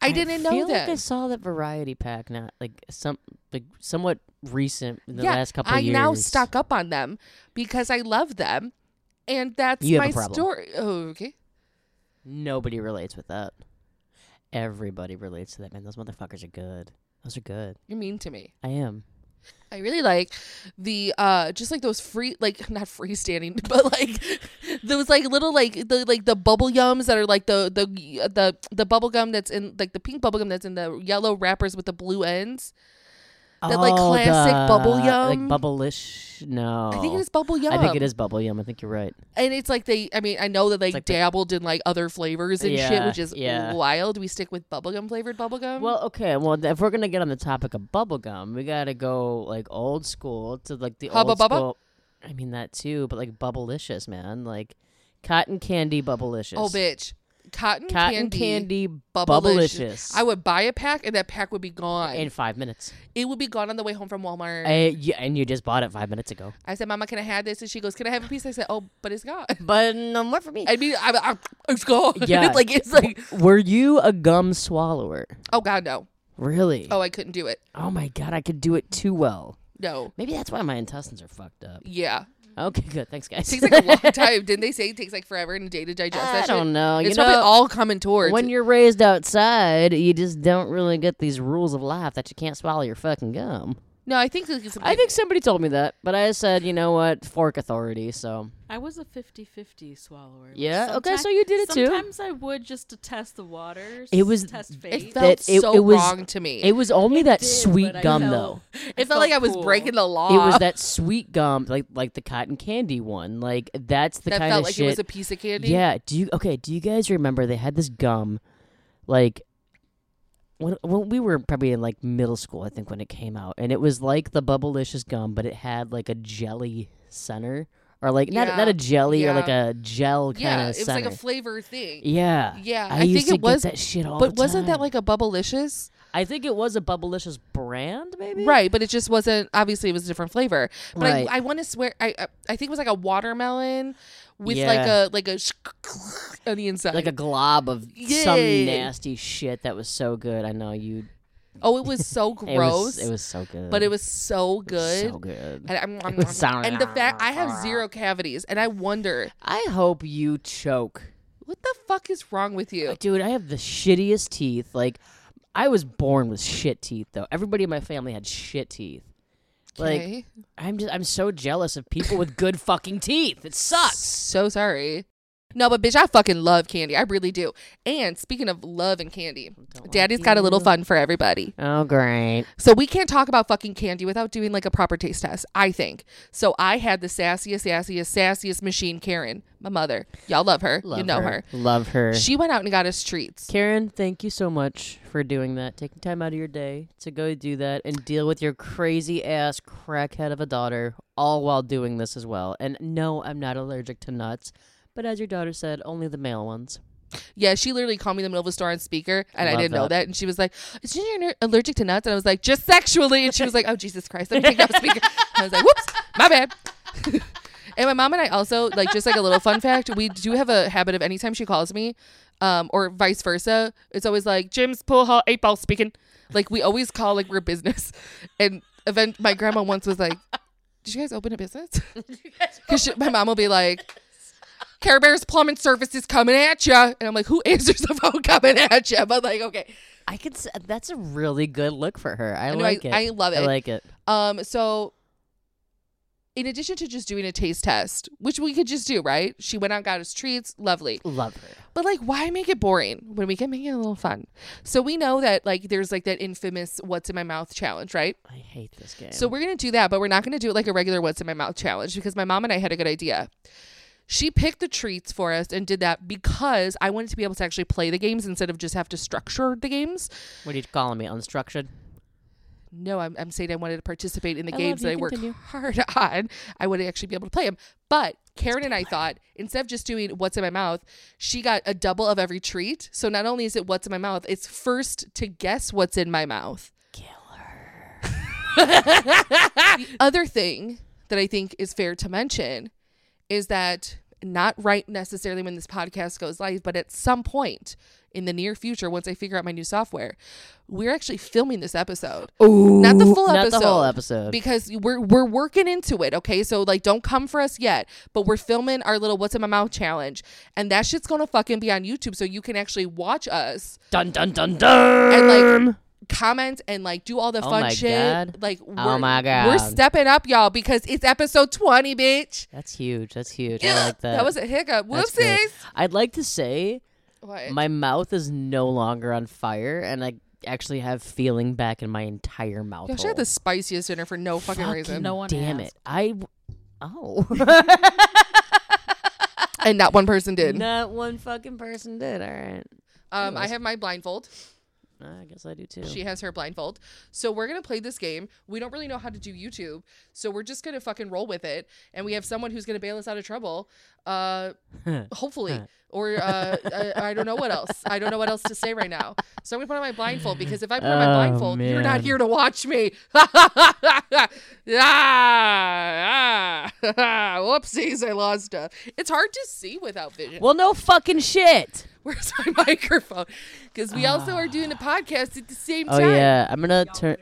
I didn't I know feel like that. I saw that variety pack not like some like somewhat recent in the yeah, last couple I of years. now stock up on them because I love them, and that's You have my a problem. story. Oh, okay. Nobody relates with that. Everybody relates to that, man. Those motherfuckers are good. Those are good. You're mean to me. I am. I really like the uh just like those free like not freestanding but like those like little like the like the bubble yums that are like the the the the bubble gum that's in like the pink bubble gum that's in the yellow wrappers with the blue ends. That, like, classic bubble Oh, like yum? bubble-ish. No, I think it is bubble yum. Oh, I think it is bubble yum. I think you're right. And it's like they I mean I know that they like the- dabbled in like other flavors and shit Yeah, which is yeah. wild. We stick with bubblegum flavored bubblegum. Well, okay. Well, th- if we're gonna get on the topic of bubble gum, we gotta go like old school to like the Hubba old Bubba? school. I mean that too, but like bubblicious, man. Like cotton candy bubblicious. oh bitch. Cotton, Cotton candy, candy, bubblicious. bubblicious. I would buy a pack and that pack would be gone. in five minutes. it would be gone on the way home from Walmart. I, yeah, and you just bought it five minutes ago. I said, Mama, can I have this? And she goes, Can I have a piece? I said, Oh, but it's gone. But no more for me. I mean, I, I, it's gone. Yeah. like, it's like, Were you a gum swallower? Oh, God, no. Really? Oh, I couldn't do it. Oh my god, I could do it too well. No. Maybe that's why my intestines are fucked up. Yeah. Okay, good. Thanks, guys. takes like a long time. Didn't they say it takes like forever and a day to digest I that shit? don't know. You It's probably know, all coming towards. when you're raised outside, you just don't really get these rules of life that you can't swallow your fucking gum. no, I think it's I think somebody told me that, but I said, you know what, fork authority. So I was a 50-50 swallower. Like, Yeah? Okay, sometime- so you did it too. Sometimes I would just to test the waters. It was- test it fate. felt that it- so it was- wrong to me. it was only that did, sweet but I gum, felt- though. it felt like I was cool. breaking the law. It was that sweet gum, like like the cotton candy one. Like that's the that kind felt of like shit. it was a piece of candy. Yeah. Do you okay? Do you guys remember they had this gum, like when when we were probably in like middle school, I think when it came out, and it was like the Bubblicious gum, but it had like a jelly center or like not not Yeah, a jelly or yeah. like a gel kind yeah. of It was center. like a flavor thing. yeah. Yeah, I, I think used to it was- get that shit all but the wasn't that time. like a Bubblicious? I think it was a Bubblicious brand, maybe. Right, but it just wasn't. Obviously, it was a different flavor. But Right. I, I want to swear, I I- I think it was like a watermelon with Yeah. like a like a sh- on the inside. Like a glob of some Yay. nasty shit that was so good. I know you. oh, it was so It gross. was. It was so good. but it was so good. So good. And, I'm, I'm, It was sour. and the fact I have zero cavities, and I wonder I hope you choke. what the fuck is wrong with you. Dude, I have the shittiest teeth. Like, I was born with shit teeth, though. Everybody in my family had shit teeth. Like, Okay. I'm just, I'm so jealous of people with good fucking teeth. It sucks. So sorry. No, but bitch, I fucking love candy. I really do. And speaking of love and candy, like Daddy's got a little you. fun for everybody. Oh, great. So we can't talk about fucking candy without doing like a proper taste test, I think. So I had the sassiest, sassiest, sassiest machine, Karen, my mother. Y'all love her. Love you know her. her. Love her. She went out and got us treats. Karen, thank you so much for doing that, taking time out of your day to go do that and deal with your crazy ass crackhead of a daughter, all while doing this as well. And no, I'm not allergic to nuts, but as your daughter said, only the male ones. Yeah, she literally called me in the middle of a store on speaker, and I Love didn't know that. that. And she was like, "Isn't you allergic to nuts?" And I was like, "Just sexually." And she was like, "Oh Jesus Christ!" Let me take that off speaker. I was like, "Whoops, my bad." and my mom and I also like just like a little fun fact. We do have a habit of anytime she calls me, um, or vice versa, it's always like Jim's pool hall eight ball speaking. Like we always call like we're business, and event. My grandma once was like, "Did you guys open a business?" Because my mom will be like. Care Bears Plumbing Services coming at you. And I'm like, who answers the phone coming at you? But like, okay. I could. s- That's a really good look for her. I, I know, I- like it. I love I it. like it. Um, so in addition to just doing a taste test, which we could just do, right? She went out, got us treats, lovely. Love her. But like, why make it boring when we can make it a little fun? So we know that like there's like that infamous what's in my mouth challenge, right? I hate this game. So we're gonna do that, but we're not gonna do it like a regular what's in my mouth challenge because my mom and I had a good idea. She picked the treats for us and did that because I wanted to be able to actually play the games instead of just have to structure the games. what are you calling me? Unstructured? No, I'm, I'm saying I wanted to participate in the I love games you. that I work Continue. hard on. I would actually be able to play them. But Karen and I thought instead of just doing what's in my mouth, she got a double of every treat. So not only is it what's in my mouth, it's first to guess what's in my mouth. the other thing that I think is fair to mention is that not right necessarily when this podcast goes live, but at some point in the near future, once I figure out my new software, we're actually filming this episode. Ooh, Not the full Not the whole episode. episode. because we're we're working into it okay so like don't come for us yet but we're filming our little what's in my mouth challenge and that shit's gonna fucking be on youtube so you can actually watch us dun dun dun dun. and like comment and like do all the Oh fun my shit God. like Oh we're, my God. we're stepping up y'all because it's episode 20 bitch that's huge. That's huge. I like that. that was a hiccup That's great. whoopsies I'd like to say what? my mouth is no longer on fire, and I actually have feeling back in my entire mouth. Yo, she hole. had the spiciest dinner for no fucking, reason no one Damn it! asked. I. Oh. and not one person did Not one fucking person did. All right. Uh, um i have my blindfold I guess I do too. She has her blindfold. So we're gonna play this game. We don't really know how to do YouTube, so we're just gonna fucking roll with it. And we have someone who's gonna bail us out of trouble, uh, hopefully. Or uh, I, I don't know what else. I don't know what else to say right now. So I'm gonna put on my blindfold because if I put on my Oh, blindfold, you're not man. here to watch me. ah, ah, uh, whoopsies! I lost stuff. It's hard to see without vision. well, no fucking shit. Where's my microphone? Because we also are doing a podcast at the same Oh time. yeah, I'm gonna turn.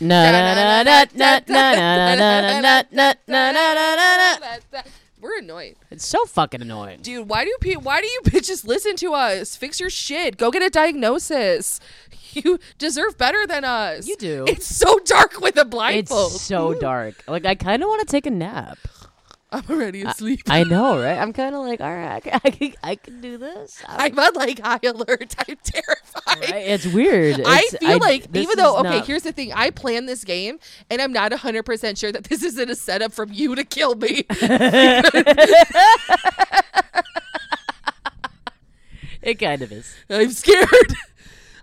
Na na na na na na na na na na na na na na na. We're annoyed. It's so fucking annoying. Dude, why do pe- why do you bitches listen to us? Fix your shit. Go get a diagnosis. You deserve better than us. You do. It's so dark with a blindfold. It's so dark. Like I kind of want to take a nap. I'm already asleep. I, I know, right? I'm kind of like, all right, I can, I can, I can do this. I- am on like high alert. I'm terrified. right? It's weird. I It's- feel like this even though is okay, not- here's the thing. I planned this game and I'm not 100% sure that this isn't a setup from you to kill me. it kind of is. I'm scared.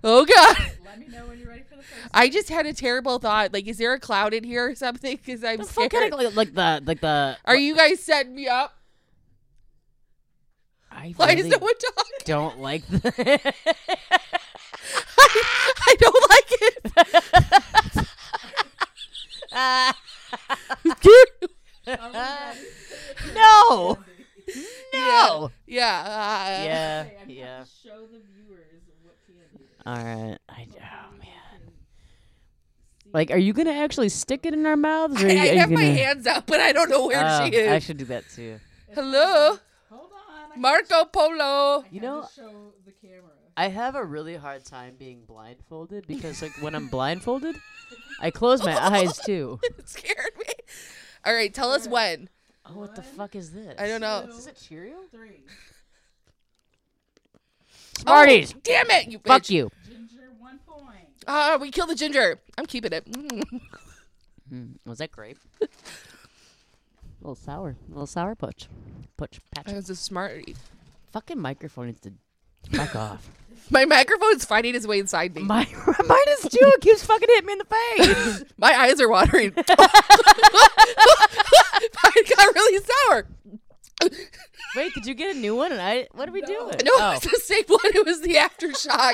Oh god. Let me know when you're ready for the first. I just had a terrible thought. Like is there a cloud in here or something cuz I'm Fuck, scared. kinda like, like the like the. Are you guys setting me up? I Why really is no one talking? don't like the. I, I don't like it. no. no. No. Yeah. Uh, Yeah. I'm Yeah. to show the viewers what candy is. All right. I, oh man. Like, are you gonna actually stick it in our mouths? Or I, are you, I are you have my gonna- hands up, but I don't know where Oh, she is. I should do that too. Hello, Hold on. I Marco Polo. You know, show the camera. I have a really hard time being blindfolded because, like, when I'm blindfolded, I close my eyes too. It scared me. All right, tell us when. Oh, what the fuck is this? I don't know. Is it Cheerio? Three. Smarties. Oh, damn it, you Fuck bitch. you. Ginger, one point. Ah, we killed the ginger. I'm keeping it. Mm. Was that grape? a little sour. A little sour putch. Putch patch. That was a smartie. Fucking microphone needs to fuck off. My microphone's finding its way inside me. My mine is too. It keeps fucking hitting me in the face. My eyes are watering. Mine got really sour. Wait, did you get a new one? And I what are we doing? No, Oh, it's the same one. It was the aftershock.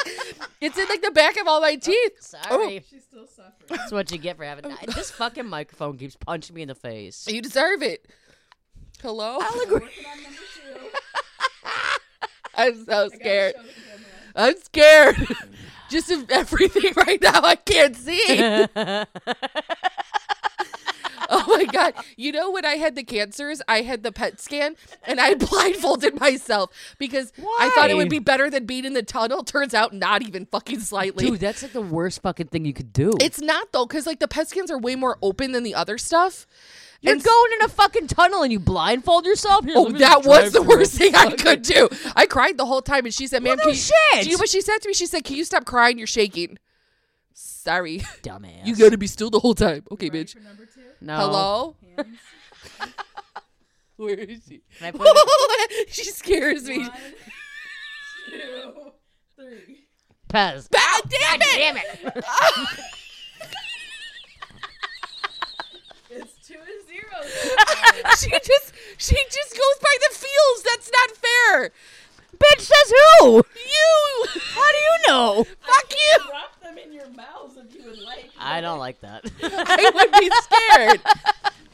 it's in like the back of all my teeth. sorry. She's still suffering. That's what you get for Oh. having. This fucking microphone keeps punching me in the face. You deserve it. Hello? Working on number two. I'm so Gotta scared. show the camera. I'm scared. Just of everything right now. I can't see. Oh my God. You know, when I had the cancers, I had the PET scan and I blindfolded myself because I thought it Why? would be better than being in the tunnel. Turns out, not even fucking slightly. Dude, that's like the worst fucking thing you could do. It's not though, because like the PET scans are way more open than the other stuff. you're and- going in a fucking tunnel and you blindfold yourself. Here, Oh, let me that just was drive the through. worst thing I could do. I cried the whole time, and she said, "Ma'am, no can you, shit. do you know what she said to me? She said, "Can you stop crying? You're shaking." Sorry, Dumbass. you gotta be still the whole time. Okay, Ready bitch. for number two? no. Hello, Hands. where is she? Can I put she scares me. One, two, three. Pez. God damn it! Damn it. It's two and zero. she just, she just goes by the feels. That's not fair. Bitch says who? You, How do you know? fuck you. Drop them in your mouths if you would like. I don't like that. I would be scared.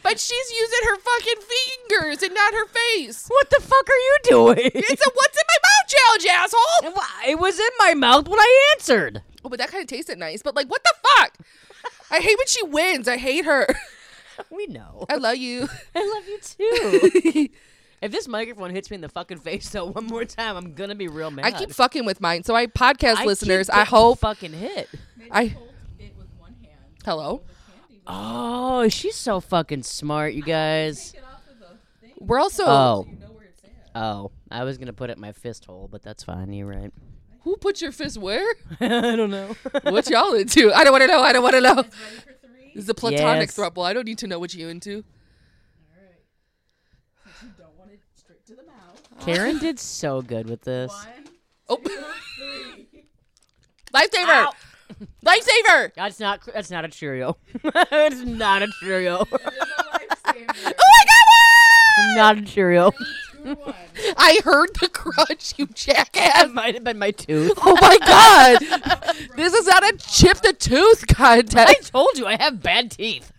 But she's using her fucking fingers and not her face. what the fuck are you doing? It's a what's in my mouth challenge, asshole. it was in my mouth when I answered. Oh, but that kind of tasted nice. But like, what the fuck? I hate when she wins. I hate her. We know. I love you. I love you too. if this microphone hits me in the fucking face though one more time, I'm gonna be real mad. I keep fucking with mine. So I I podcast keep listeners, I getting hope. fucking hit. Maybe I- hold it with one hand. Hello. The candy. but Oh, she's so fucking smart, you guys. Take it off of the thing. We're also. Oh, You know where it's at. oh, I was gonna put it in my fist hole, but that's fine. You're right. Who put your fist where? I don't know. What y'all into? I don't want to know. I don't want to know. Ready for three? This is a platonic Yes. throuple. I don't need to know what you into. All right. Since you don't want it straight to the mouth. Karen did so good with this. One, Oh, two, three. lifesaver. Ow. Lifesaver. That's not that's not a Cheerio. it's not a Cheerio. There's a lifesaver. Oh my God. not a Cheerio. Two to one. I heard the crunch, you jackass. That might have been my tooth. Oh my god. this is not a chip the tooth I contest. told you I have bad teeth.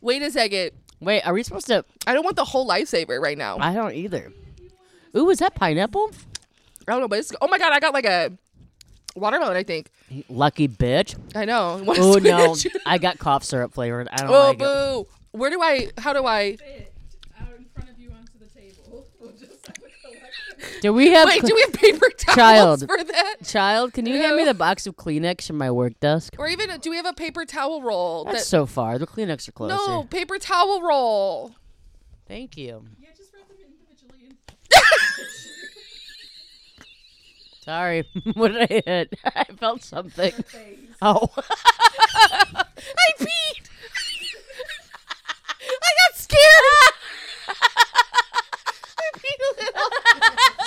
Wait a second. Wait, are we supposed to? I don't want the whole lifesaver right now. I don't either. Ooh, is that pineapple? I don't know, but it's oh my god, I got like a watermelon. I think Lucky bitch. I know. What a Oh no, switch. I got cough syrup flavored. I don't oh like it. boo! Where do I? How do I? Fit out in front of you onto the table. We'll just have a collection. Do we have Wait, cl- do we have paper towels Child. for that? child? Can you hand me Ew. the box of Kleenex from my work desk? Or even do we have a paper towel roll? That's That, so far. The Kleenex are closer. no paper towel roll. Thank you. yeah, just wrap them individually. And Sorry. what did I hit? I felt something. face. Oh. I peed. I got scared. I peed a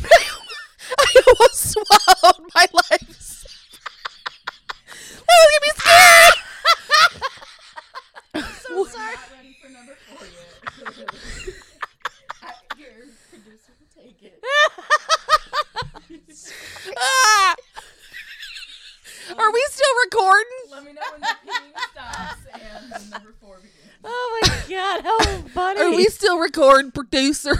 little. I almost swallowed my life. savings. I was gonna be scared. So sorry. Not ready for number four yet. I, your producer will take it. Ah. Are we still recording? Let me know when the peeing stops and when number four begins. oh my god, how funny. Are we still recording, producer?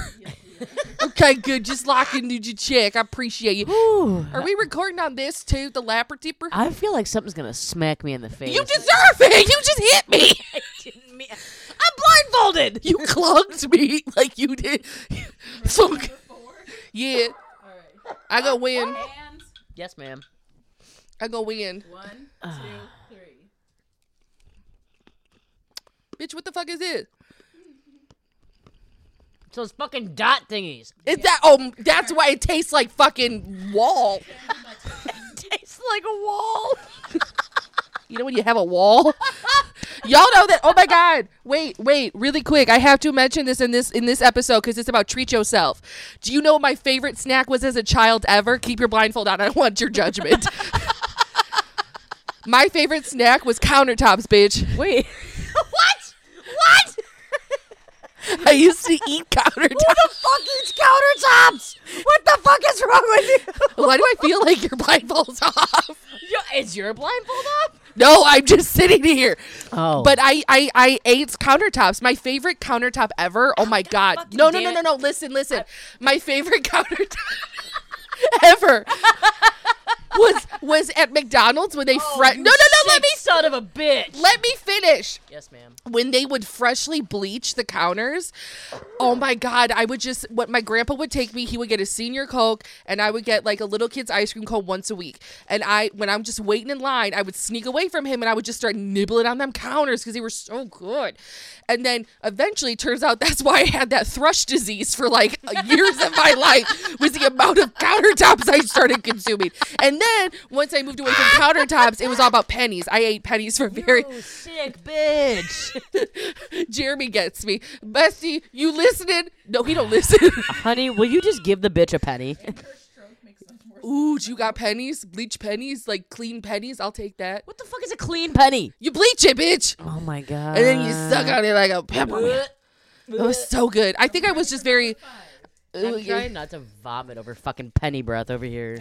okay, good. Just locking did you check? I appreciate you. Ooh, Are we recording on this too? The lapper tipper? I feel like something's gonna smack me in the face. You deserve it. You just hit me. didn't mean I'm blindfolded. You clunked me like you did. So Number four. yeah, All right. I go win. And Yes, ma'am. I go win. one, Ah. two, three. Bitch, what the fuck is this? It's those fucking dot thingies. Is that? Oh, that's why it tastes like fucking wall. Tastes like a wall. You know when you have a wall? Y'all know that. Oh my God! Wait, wait, really quick. I have to mention this in this in this episode because it's about treat yourself. Do you know what my favorite snack was as a child ever? Keep your blindfold on. I don't want your judgment. my favorite snack was countertops, bitch. Wait. What? What? I used to eat countertops. Fuck eats countertops. What the fuck is wrong with you? Why do I feel like your blindfold's off? Yo, is your blindfold up? No, I'm just sitting here. Oh, But I, I I ate countertops. My favorite countertop ever. Oh my god. fucking No, no, no, damn no, no. Listen, listen. My favorite countertop ever was was at McDonald's when they Oh, fre- you No, no, no, let sick me son of a bitch. let me finish Yes, ma'am. when they would freshly bleach the counters, oh my god, I would just what my grandpa would take me, he would get a senior coke and I would get like a little kid's ice cream cone once a week. And I when I'm just waiting in line, I would sneak away from him and I would just start nibbling on them counters cuz they were so good. And then eventually turns out that's why I had that thrush disease for like years of my life was the amount of countertops I started consuming. And then once I moved away from countertops, it was all about pennies. I ate pennies for very You sick bitch. Jeremy gets me. Bestie, you listening? No, he don't listen. Honey, will you just give the bitch a penny? Her stroke makes much more sense. Ooh, do you got pennies? Bleach pennies? Like clean pennies? I'll take that. what the fuck is a clean penny? You bleach it, bitch. Oh my god. And then you suck on it like a peppermint. It was so good. I think I was just very. Ooh, I'm yeah. trying not to vomit over fucking penny breath over here.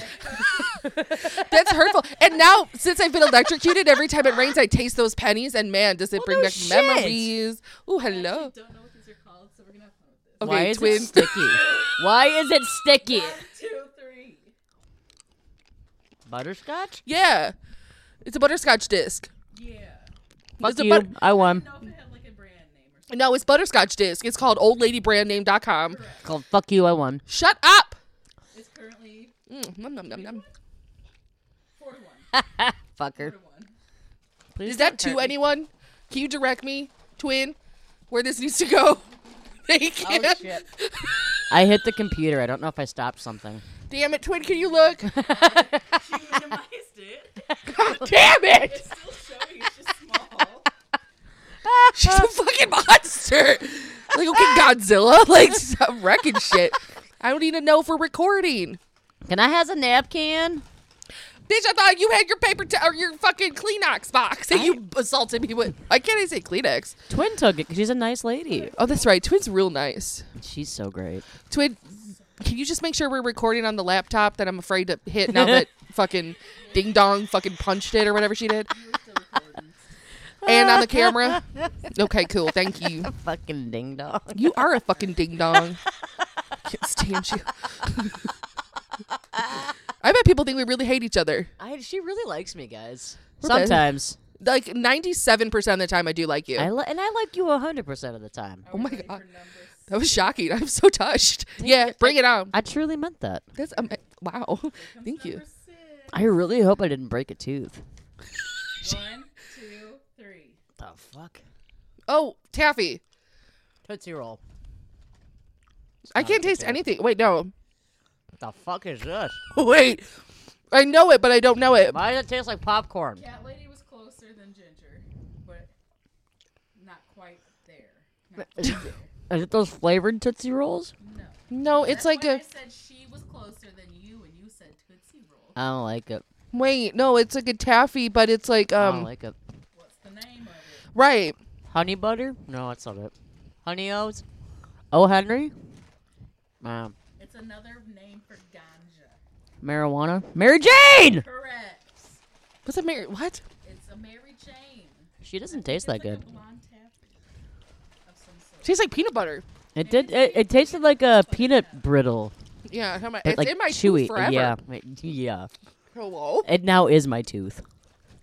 That's hurtful. And now, since I've been electrocuted, every time it rains, I taste those pennies, and man, does it bring Oh, no back shit. memories. Ooh, I hello. don't know what these are called, so we're gonna have fun with this. Okay, Why is it twin. sticky? Why is it sticky? Two, three. Butterscotch? Yeah, it's a butterscotch disc. Yeah. Fuck It's a you. butter- I won. I don't know if it had like a brand name or something. No, it's butterscotch disc. It's called oldladybrandname.com. Called fuck you. I won. Shut up. It's currently Mm, nom, nom, nom, nom. four to one. Fucker. Four to one. Please Is that don't hurt to me. anyone? Can you direct me, twin, where this needs to go? Thank you. Oh shit. I hit the computer. I don't know if I stopped something. Damn it, twin, can you look? She minimized it. God damn it! It's still showing. It's just small. She's a fucking monster. Like, okay, Godzilla. Like, stop wrecking shit. I don't even know if we're recording. Can I has a napkin? Bitch, I thought you had your paper t- or your fucking Kleenex box that you assaulted me with. I can't I say Kleenex? Twin took it 'cause she's a nice lady. Oh, that's right. Twin's real nice. She's so great. Twin, can you just make sure we're recording on the laptop that I'm afraid to hit now that fucking ding dong fucking punched it or whatever she did? Still recording. and on the camera. Okay, cool. Thank you. Fucking ding dong. You are a fucking ding dong. can't stand you. I bet people think we really hate each other. I, she really likes me, guys. We're best. Sometimes. Like 97% of the time, I do like you. I li- and I like you 100% of the time. oh my God. That was shocking. I'm so touched. Yeah, bring it on. I truly meant that. That's um, wow. Thank you. I really hope I didn't break a tooth. One, two, three. The fuck? Oh, taffy. Tootsie Roll. I can't taste anything. Wait, no. The fuck is this? Wait. I know it, but I don't know it. Why does it taste like popcorn? Cat lady was closer than ginger, but not quite there. Not Is it, is it those flavored Tootsie Rolls? no. No, it's That's like why I a said she was closer than you, and you said Tootsie Roll. I don't like it. wait. No, it's like a taffy, but it's like I don't um Oh, like it. What's the name of it? right. Honey butter? No, that's not it. Honey O's? Oh Henry? Um, It's another name for ganja. marijuana? Mary Jane! Correct. What's a Mary? What? It's a Mary Jane. She doesn't It's taste that like good. A blonde taffy of some sort. Tastes like peanut butter. It did. It, it tasted like a peanut brittle, Yeah, how much? but It's like in my chewy. tooth forever. Yeah, my- yeah. Hello. It now is my tooth.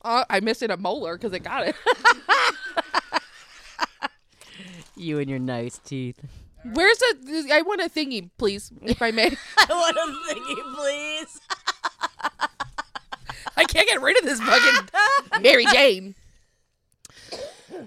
Uh, I missed it a molar because I got it. You and your nice teeth. Where's a? I want a thingy, please, if I may. I want a thingy, please. I can't get rid of this fucking Mary Jane.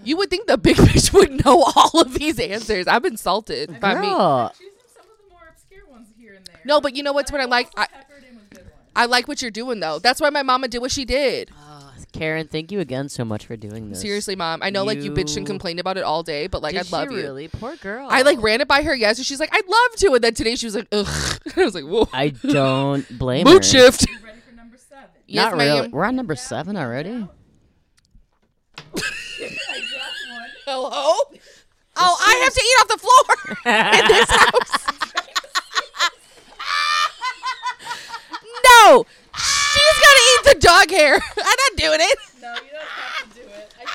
You would think the big fish would know all of these answers. I'm insulted by me. Girl, Choosing some of the more obscure ones here and there. No, but you know what's what I like? I, Also peppered in with good ones. I like what you're doing though. That's why my mama did what she did. Oh, Karen, thank you again so much for doing this. Seriously, mom. I know like you bitched You- and complained about it all day, but like Did I love she you. really? Oh. Poor girl. I like ran it by her yes, and she's like, I'd love to. And then today she was like, ugh. I was like, whoa. I don't blame her. Mood shift. You ready for number seven? yes, Not ma'am. really. We're on number seven already. I dropped one. Hello? Oh, I have to eat off the floor in this house. no, she's gonna eat the dog hair. I'm not doing it. No, you don't have to do it. I,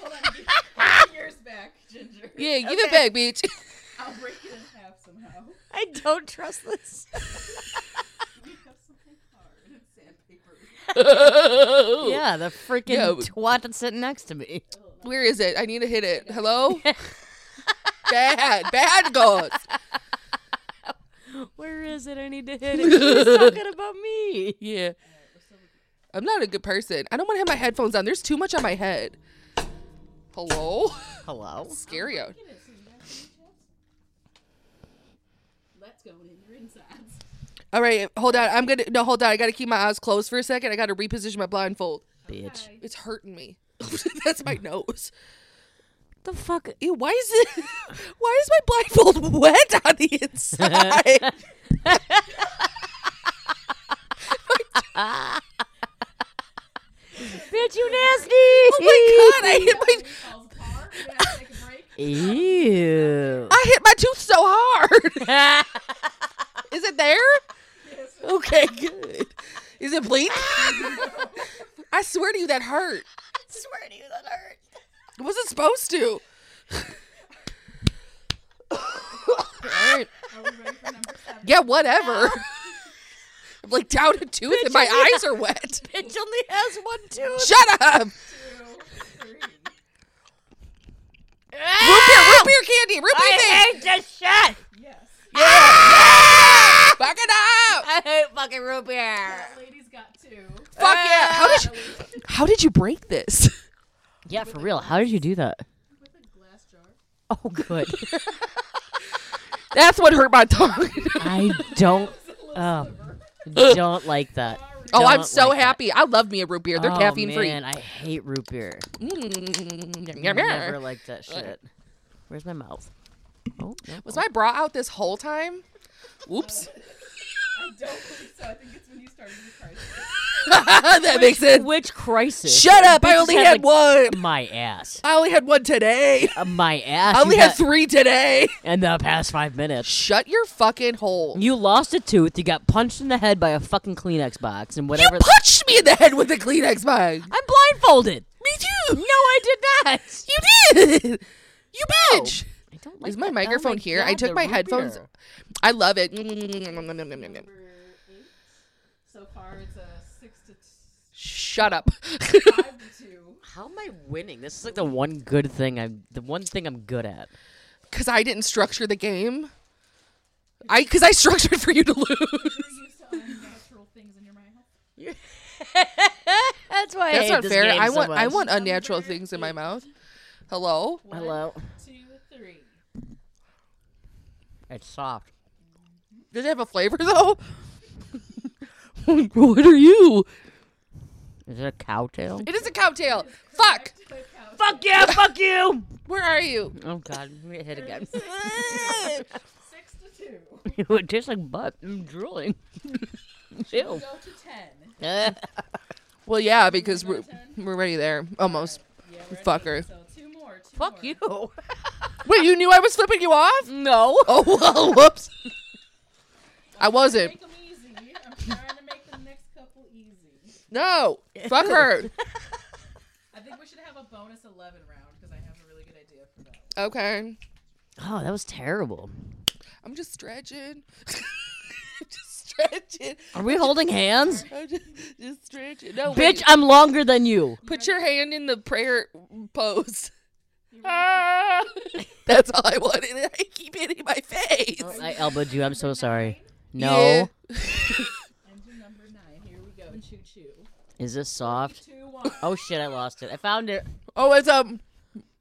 hold on. Give, give me yours back, Ginger. Yeah, give it back, bitch. I'll break it in half somehow. I don't trust this. We have something hard and sandpaper. yeah, the freaking Yeah, but- twat that's sitting next to me. Where is it? I need to hit it. Hello? bad, bad goals. Where is it? I need to hit it. She's talking about me. Yeah. I'm not a good person. I don't want to have my headphones on. There's too much on my head. Hello? Hello. Scary out. Get it so you guys can adjust. Let's go in your insides. All right, hold on. I'm gonna no, hold on. I gotta keep my eyes closed for a second. I gotta reposition my blindfold. Bitch. Hi. It's hurting me. That's my nose. The fuck? Ew, why is it? Why is my blindfold wet on the inside? Bitch, you nasty. oh my god! I hit my Falls apart. We gotta take a break. Ew. I hit my tooth so hard. Is it there? Okay, good. Is it bleeding? I swear to you, that hurt. swear to you, that hurt. It wasn't supposed to. All right. Are we ready for number seven? Yeah, whatever. I'm like down a tooth and my eyes are wet. Bitch only has one tooth. Shut up. Two, three. Root beer, root beer candy, root beer thing. I hate this shit. Yes. Yeah. Ah! Fuck it up. I hate fucking root beer. Uh, That lady's got two. Fuck yeah. How did you, how did you break this? Yeah, for real. How did you do that? With a glass jar. Oh, good. That's what hurt my tongue. I don't. Oh, don't like that. oh, I'm Don't so like that. happy. I love me a root beer. They're oh, caffeine man, I hate root beer. free. Mm, yum, yum, Never yum. liked that shit. Where's my mouth? Oh, no. Was my bra out this whole time? Whoops. I don't believe so. I think it's when you started your crisis. that makes sense. Which crisis? Shut up. I Bitches only had like, one. My ass. I only had one today. Uh, my ass. I only you had got- three today. in the past five minutes. Shut your fucking hole. You lost a tooth. You got punched in the head by a fucking Kleenex box and You whatever. punched me in the head with a Kleenex bag. I'm blindfolded. Me too. No, I did not. You did. You bitch. don't Is my microphone here? I took my headphones- I love it. Mm, So far, it's a six to Shut up. five to two. How am I winning? This is like the one good thing I'm the one thing I'm good at. Because I didn't structure the game. I because I structured for you to lose. You're used to unnatural things in your mouth. That's why That's not fair. I want I want much. unnatural things in my mouth. Hello. One, Hello. two, three. It's soft. Does it have a flavor though? what are you? Is it a cow tail? It is a cowtail. Fuck. Back to the couch. Fuck you! Fuck you! Where are you? Oh god, I'm gonna hit again. Six to two. it tastes like butt. I'm drooling. We Ew. go to ten. Eh. well, yeah, because we're Ten. we're already there almost. Yeah, we're at Fucker. eight, so two more. Two Fuck more. you. Wait, you knew I was flipping you off? No. Oh well, whoops. I wasn't. Make them easy. I'm trying to make the next couple easy. No. Fuck her. I think we should have a bonus eleven round because I have a really good idea for that. Okay. Oh, that was terrible. I'm just stretching. just stretching. Are we holding hands? I'm just, just stretching. No, Bitch, wait. I'm longer than you. Put your hand in the prayer pose. Ah. That's all I wanted. and I keep hitting my face. Oh, I elbowed you. I'm so sorry. No. Yeah. Engine number nine. Here we go. Choo choo. Is this soft? Two one. Oh shit, I lost it. I found it. Oh, it's um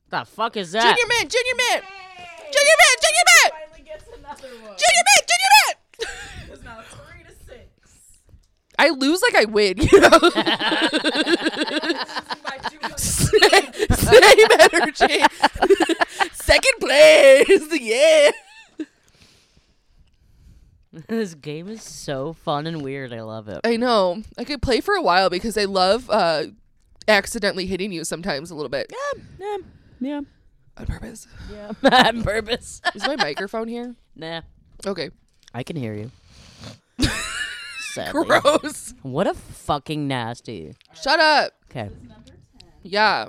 The fuck is that? junior man, junior man, Hey! junior man, junior man, Finally gets another one. junior man, junior man. It's now three to six. I lose like I win, you know. Losing by two hundred. Same energy. Second place. Yeah. this game is so fun and weird. I love it. I know. I could play for a while because I love uh, accidentally hitting you sometimes a little bit Yeah. Yeah. on purpose. Yeah. On purpose. Is my microphone here? nah. Okay. I can hear you. Sadly. Gross. What a fucking nasty. Shut up. Okay. Number ten. Yeah.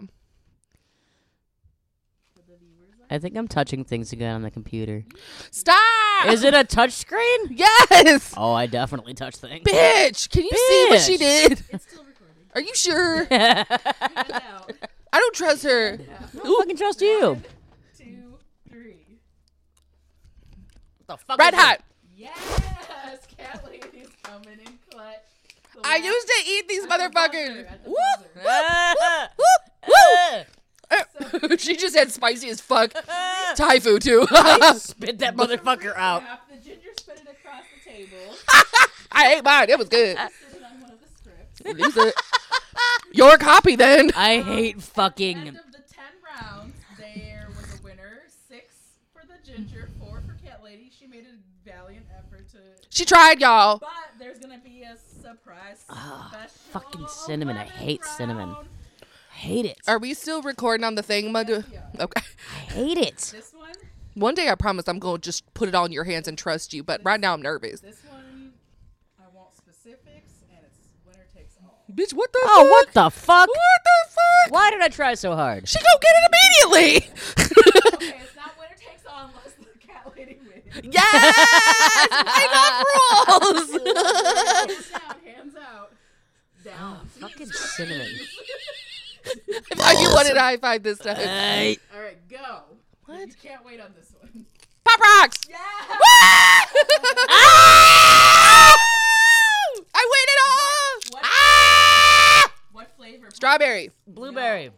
For the viewers. I think I'm touching things again on the computer. Stop. Is it a touch screen? Yes. Oh, I definitely touch things. Bitch. Can you see what she Bitch. did? It's still recording. Are you sure? I Cut it out. I don't trust her. don't fucking trust you. Two, three. The fuck Red is it? hot. Yes, Cat Lady's coming in clutch. The I last- used to eat these at the buzzer, motherfuckers. at the Woo, buzzer. woo, woo, woo. she just had spicy as fuck Thai food too. Spit that motherfucker out. Half the ginger spit it across the table. I ate mine. It was good. Sit it on one of the scripts. Lose it. Your copy then. I hate End fucking. of the ten rounds, there was a winner. Six for the ginger, four for Cat Lady. She made a valiant effort to. She tried, y'all. But there's gonna be a surprise special. fucking cinnamon. I 11th hate cinnamon. round. Hate it. Are we still recording on the thing, Mud? Okay. Hate it. This one, One day I promise I'm going to just put it all in your hands and trust you, but right now I'm nervous. this one, I want specifics, and it's winner takes all. Bitch, what the Oh, fuck? what the fuck? What the fuck? Why did I try so hard? She go get it immediately. Okay, it's not winner takes all unless the cat lady wins. yes! I love rules. hands down, hands out. Down. Fucking cinnamon. I thought you wanted a high five this time. I All right, go. What? You can't wait on this one. Pop rocks! Yeah. Ah! I win it all! What? Ah! What flavor? Strawberry, blueberry,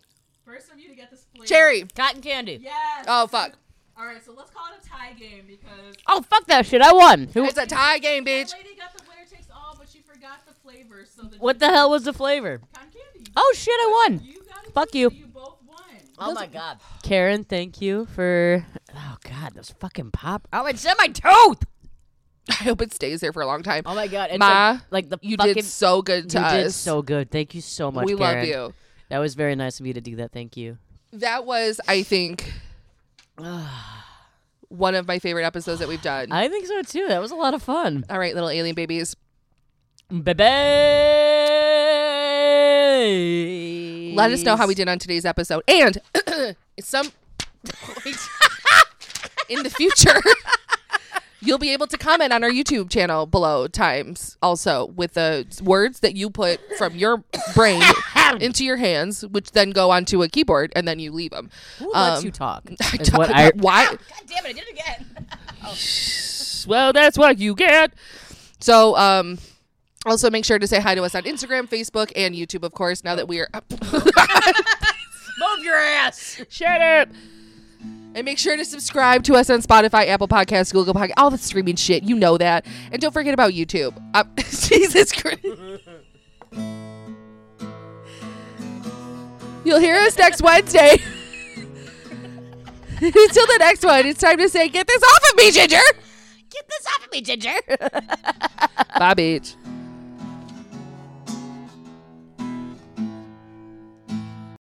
First of you to get this flavor. cherry. cotton candy. Yes. Oh fuck! All right, so let's call it a tie game because Oh fuck that shit! I won. Who? It's a tie game, bitch. Cat lady got the winner takes all, but she forgot the flavor. So the What the hell was the flavor? Cotton candy. Oh shit! I won. You got it. Fuck too, you. So you both won. Oh my god. Karen, thank you for. Oh god, those fucking pop. Oh, it's in my tooth. I hope it stays there for a long time. Oh my god. It's Ma, like, like the You fucking. did so good to you us. did so good. Thank you so much. we Karen. love you. That was very nice of you to do that. Thank you. That was, I think, one of my favorite episodes that we've done. I think so too. That was a lot of fun. all right, little alien babies. Baby. Let us know how we did on today's episode. And some. in the future. You'll be able to comment on our YouTube channel below times also with the words that you put from your brain into your hands, which then go onto a keyboard and then you leave them. Who lets Um, you talk? I Is don't- what I- why? God damn it, I did it again. well, that's what you get. So, um, also make sure to say hi to us on Instagram, Facebook, and YouTube, of course. Now that we are up, Move your ass. shut up. And make sure to subscribe to us on Spotify, Apple Podcasts, Google Podcast, all the streaming shit. You know that. And don't forget about YouTube. Uh, Jesus Christ. You'll hear us next Wednesday. Until the next one, it's time to say, get this off of me, Ginger. Get this off of me, Ginger. Bye, bitch.